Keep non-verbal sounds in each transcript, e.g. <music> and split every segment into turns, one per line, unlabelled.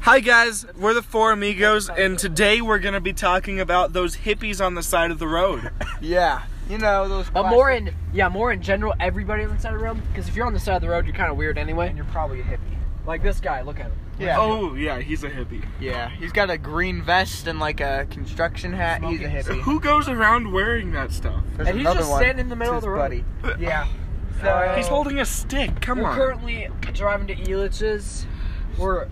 Hi guys, we're the Four Amigos, and today we're gonna be talking about those hippies on the side of the road.
Yeah, you know those.
But more
classic-
in yeah, more in general, everybody on the side of the road. Because if you're on the side of the road, you're kind of weird anyway.
and you're probably a hippie.
Like this guy, look at him.
Yeah.
Oh yeah, he's a hippie.
Yeah. He's got a green vest and like a construction hat. He's a hippie.
Who goes around wearing that stuff?
There's
And he's
another
just
one.
standing in the middle
It's
of the
his
road.
Buddy.
<laughs>
Yeah.
So-
He's holding a stick. Come
we're
on.
currently driving to Elitch's. We're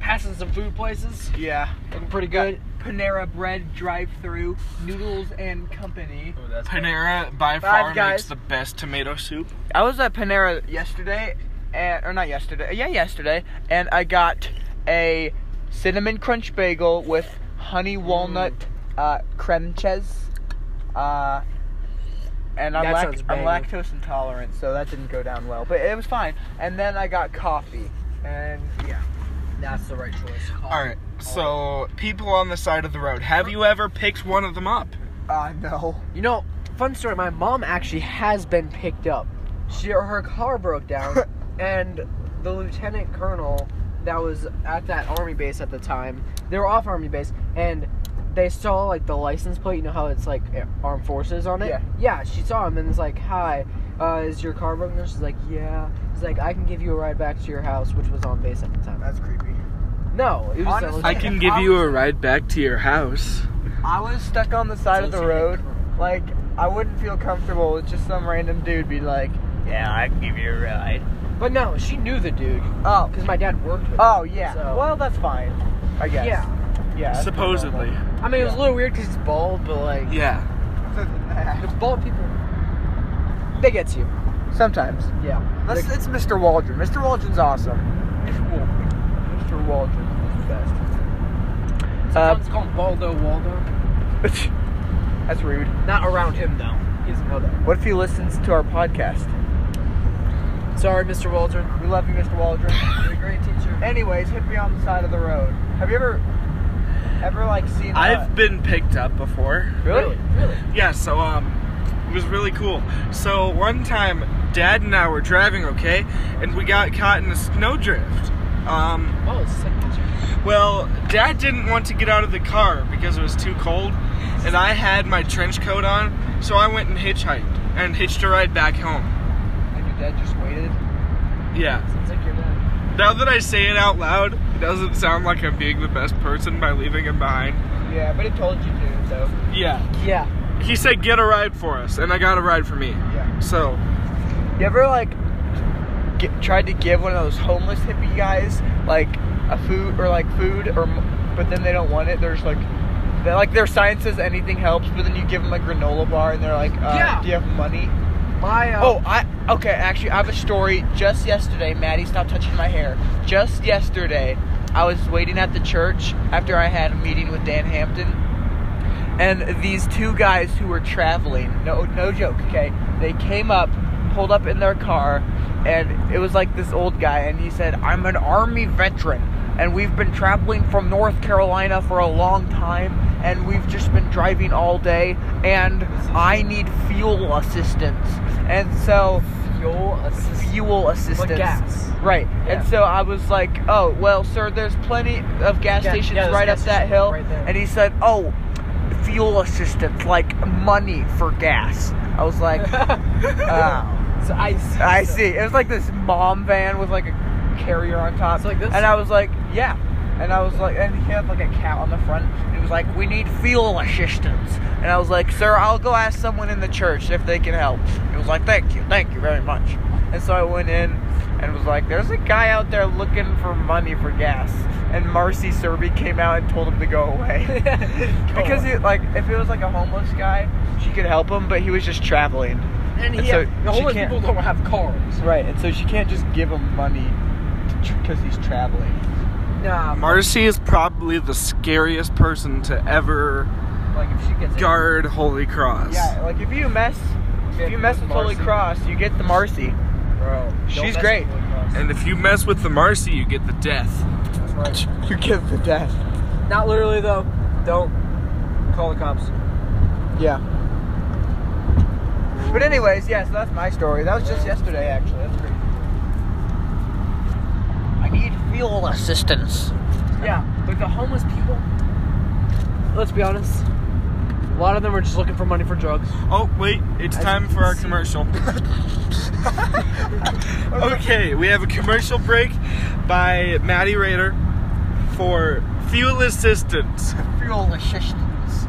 passing some food places,
Yeah.
looking pretty good.
Panera Bread drive-through, noodles and company.
Panera by far makes
Five guys.
the best tomato soup.
I was at Panera yesterday, and, or not yesterday, yeah, yesterday, and I got a cinnamon crunch bagel with honey walnut
Mm.
uh, creme cheese. Uh, and I'm,
That
lac-
sounds
I'm
banging.
lactose intolerant, so that didn't go down well, but it was fine. And then I got coffee, and yeah.
That's the right choice.
All right. So people on the side of the road. Have you ever picked one of them up?
Uh, no.
You know, fun story. My mom actually has been picked up. She her car broke
<laughs>
down, and the lieutenant colonel that was at that army base at the time, they were off army base, and they saw like the license plate. You know how it's like eh, armed forces on it.
Yeah.
Yeah. She saw him and was like, "Hi, uh, is your car broken?" down?" She's like, "Yeah." He's like, "I can give you a ride back to your house," which was on base at the time.
That's creepy.
No, it was.
Honestly,
I
I can give you a
ride back to your house.
I was stuck on the side of the road. Like, I wouldn't feel comfortable with just some random dude be like, yeah, I can give you a ride.
But no, she knew the dude
Oh,
because my dad worked with.
Oh
him,
yeah.
so-
Well, that's fine. I guess.
yeah.
Yeah. that's
Supposedly.
I mean, it was a little weird because he's bald, but like,
Yeah.
normal.
Because bald people, they get to you.
Sometimes.
Yeah.
Let's, it's Mr. Waldron. Mr. Waldron's awesome. Mr. Waldron. Mr. Waldron is the best.
Sometimes call him Baldo Waldo.
<laughs>
That's rude.
Not around him though. He doesn't know that.
What if he listens to our podcast?
Sorry, Mr. Waldron.
We love you, Mr. Waldron.
You're a great teacher.
Anyways, hit me on the side of the road. Have you ever, ever like seen?
I've been picked up before.
a, really.
Really?
Yeah, so um it was really cool. So one time dad and I were driving, okay, and we got caught in a snowdrift. Um
Oh, it's a sick picture.
well, dad didn't want to get out of the car because it was too cold, and I had my trench coat on, so I went and hitchhiked and hitched a ride back home.
And your dad just waited.
Yeah.
Sounds like your dad.
Now that I say it out loud, it doesn't sound like I'm being the best person by leaving him behind.
Yeah, but it told you to, so
Yeah.
Yeah.
He said get a ride for us, and I got a ride for me.
yeah.
So
You ever like gi- tried to give one of those homeless hippie guys like a food or like food or m- but then they don't want it. They're just like they like their sign says anything helps, but then you give them a granola bar and they're like, uh,
Yeah.
"Do you have money?"
My uh,
Oh, I okay. Actually, I have a story. Just yesterday, Maddie, stop touching my hair. Just yesterday, I was waiting at the church after I had a meeting with Dan Hampton, and these two guys who were traveling. No, no joke. Okay, they came up, pulled up in their car, and it was like this old guy, and he said, "I'm an army veteran." And we've been traveling from North Carolina for a long time, and we've just been driving all day, and I need fuel assistance. And so,
fuel assist.
fuel assistance.
Like gas.
Right.
Yeah.
And so I was like, oh, well, sir, there's plenty of gas
Yeah,
stations
yeah, there's
right up
gas
that
stations
hill.
right there.
and he said, oh, fuel assistance, like money for gas. I was
<laughs>
like, oh.
It's ice.
<laughs> I see. It was like this mom van with like a carrier on top.
It's like this?
And I was like, yeah. And I was like, and he had like a cat on the front. And it was like, we need fuel assistance. And I was like, sir, I'll go ask someone in the church if they can help. It was like, thank you, thank you very much. And so I went in and was like, there's a guy out there looking for money for gas. And Marcy Serby came out and told him to go
<laughs>
away. because he, like, if it was like a homeless guy, she could help him, but he was just traveling. and
and he,
so
the
she
homeless
can't-
people don't have cars.
Right, and so she can't just give him money because he's traveling.
Nah.
Marcy is probably the scariest person to ever
Like if she gets
guard Holy Cross.
Yeah, like if you mess, if you mess with Holy
Marcy.
Cross, you get the Marcy.
it, bro, don't
She's
mess with
great.
Holy Cross.
And if you mess with the Marcy, you get the death.
That's
<laughs>
right.
You get the death.
Not literally though. Don't call the cops.
Yeah. But anyways, yeah. So that's my story. That was just yesterday, actually. That's pretty. I need fuel assistance.
Yeah, but the homeless people. Let's be honest. A lot of them are just looking for money for drugs.
Oh, wait, it's
As
time
you can
for our
see. <laughs>
commercial. okay, we have a commercial break by Maddie Raider for fuel assistance.
Fuel assistance.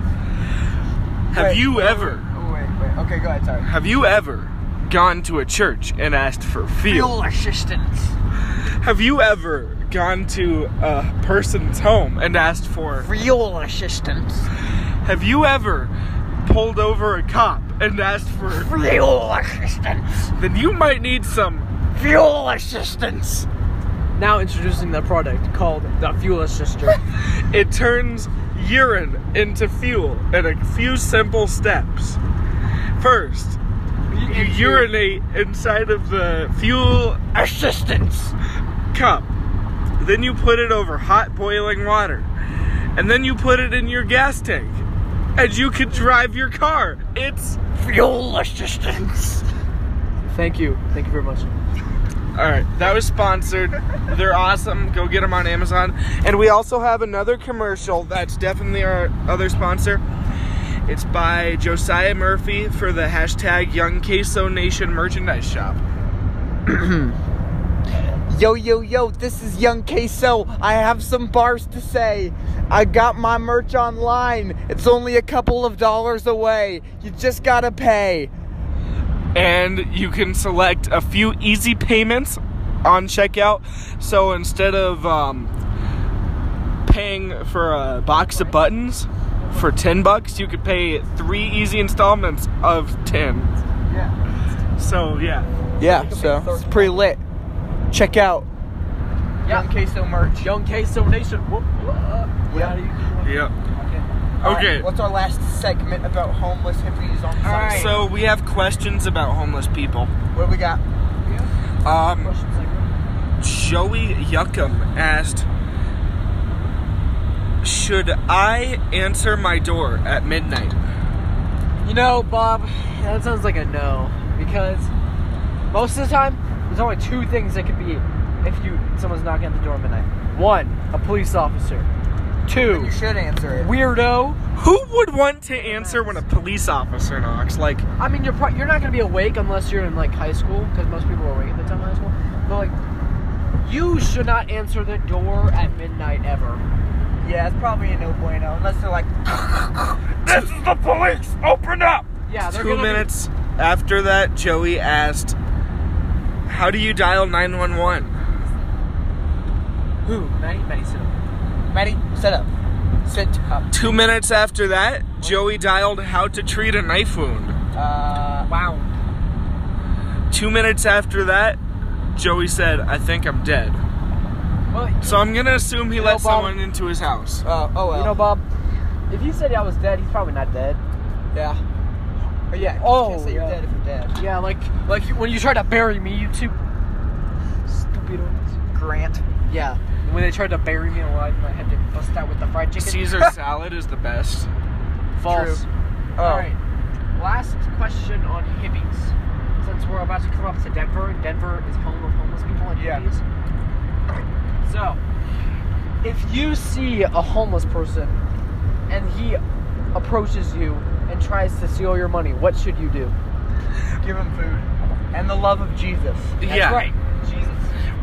Have
Wait,
you
wait,
ever,
Wait, wait. Okay, go ahead. Sorry.
have you ever gone to a church and asked for fuel?
assistance.
Have you ever gone to a person's home and asked for?
Fuel assistance.
Have you ever pulled over a cop and asked for?
Fuel assistance.
Then you might need some.
Fuel assistance.
Now introducing the product called the
<laughs>
Fuel Assister.
It turns urine into fuel in a few simple steps. First, you urinate inside of the fuel
Assistance.
cup. Then you put it over hot boiling water. And then you put it in your gas tank. And you can drive your car. It's
Fuel assistance.
Thank you. Thank you very much.
All right, that was sponsored. They're awesome. Go get them on Amazon. And we also have another commercial that's definitely our other sponsor. It's by Josiah Murphy for the hashtag Young Queso Nation merchandise shop.
Yo, yo, yo, this is Young Queso. I have some bars to say. I got my merch online. It's only a couple of dollars away. You just gotta pay.
And you can select a few easy payments on checkout. So instead of um, paying for a box of buttons for 10 bucks, you could pay three easy installments of 10.
Yeah.
So, yeah.
Yeah, so it's pretty lit. Check out.
Young Queso merch. Young Queso Nation. Whoop, whoop.
Yeah.
Yep. Okay.
Alright, what's our last segment about homeless hippies on Sunday?
Alright.
So we have questions about homeless people.
What do we got?
Um, Joey Yuckum asked, "Should I answer my door at midnight?"
You know, Bob, that sounds like a no because most of the time there's only two things that could be if you someone's knocking at the door at midnight. One, a police officer. Two,
You should answer it.
weirdo.
Who would want to answer when a police officer knocks? Like,
I mean, you're pro- you're not gonna be awake unless you're in like high school because most people are awake at the time of high school. But like, you should not answer the door at midnight ever.
Yeah, it's probably a no bueno, unless they're like, <laughs>
this is the police. Open up.
Yeah, they're
Two
gonna be-
minutes after that, Joey asked, "How do you dial 911?"
who? Maddie, Maddie, sit up.
Maddie, sit up. Sit up.
Two minutes after that, Joey dialed how to treat a knife wound.
Uh,
Wow.
Two minutes after that, Joey said, I think I'm dead.
Well, you
So I'm gonna assume he
You
let
know, Bob-
someone into his
<laughs>
house.
oh, oh well.
know, Bob, if you said I was dead, he's probably not dead.
yeah. But yeah, oh,
Oh,
can't say you're
yeah.
dead if you're dead.
Yeah, like like when you tried to bury me, you two stupidos.
Grant.
Yeah, when they tried to bury me alive, and I had to bust out with the fried chicken.
Caesar salad is the best.
False.
True. Oh.
All right. Last question on hippies. Since we're about to come up to Denver, and Denver is home of homeless people and
Yeah.
hippies. So, if you see a homeless person and he approaches you and tries to steal your money, what should you do?
Give him food. And the love of Jesus.
That's
yeah.
right. Jesus.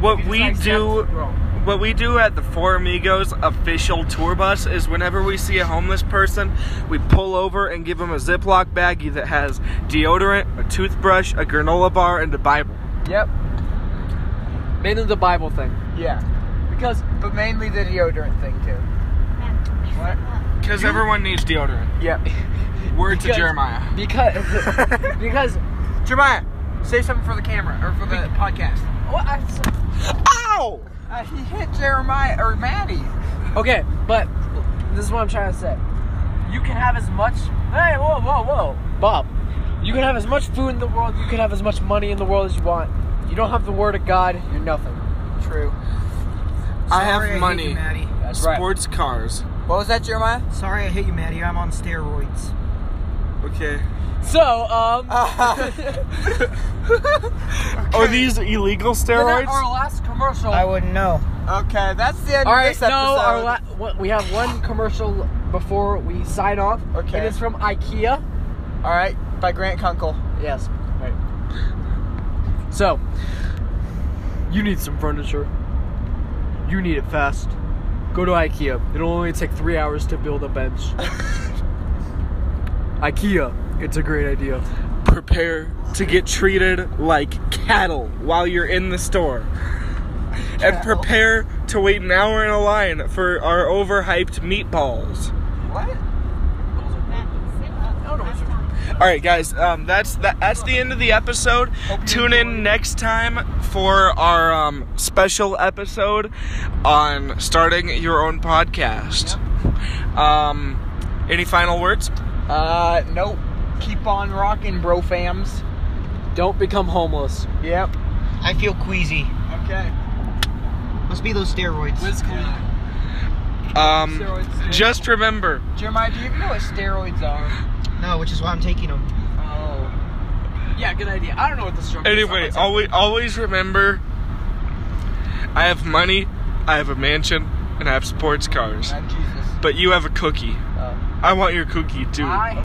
What
If you
we
decide
do
that's wrong.
what we do at the Four Amigos official tour bus is whenever we see a homeless person, we pull over and give them a Ziploc baggie that has deodorant, a toothbrush, a granola bar, and a Bible.
Yep.
Mainly the Bible thing.
Yeah. Because, but mainly the deodorant thing too. What?
Because everyone needs deodorant.
Yep.
Word to
Because-
Jeremiah.
Because because
<laughs> Jeremiah, say something for the camera or for the podcast.
what I,
Ow!
Uh, he hit Jeremiah or Maddie.
okay, but this is what I'm trying to say. You can have as much. Hey, whoa, whoa, whoa, Bob. You can have as much food in the world. You can have as much money in the world as you want. You don't have the word of God. You're nothing.
True.
I
Sorry, hate
have
you,
money.
Maddie.
That's
Sports cars.
What was that, Jeremiah? <laughs>
Sorry, I hate you, Maddie. I'm on steroids.
Okay.
So, um,
Ah,
Are these illegal steroids?
our last commercial.
I wouldn't know.
Okay, that's the end
All
of
right,
this
no,
episode.
our la- what- we have one commercial before we sign off.
Okay.
It is from IKEA.
All right, by Grant Kunkel.
Yes. Right. So, you need some furniture. You need it fast. Go to IKEA. It'll only take three hours to build a bench. IKEA, it's a great idea.
Prepare to get treated like cattle while you're in the store. And prepare to wait an hour in a line for our overhyped meatballs.
What?
All right, guys. Um, that's that, that's the end of the episode. Tune in next time for our um, special episode on starting your own podcast. Um, any final words?
Uh, nope. Keep on rocking, bro fams.
Don't become homeless.
Yep.
I feel queasy.
Okay.
Must be those steroids.
Um, just remember,
Jeremiah, do you even know what steroids are?
No, which is why I'm taking them.
Oh.
Yeah, good idea. I don't know what the struggle
anyway. Always always remember. I have money. I have a mansion, and I have sports cars.
Not Ah, Jesus.
But you have a cookie.
Oh.
I want your cookie too.
I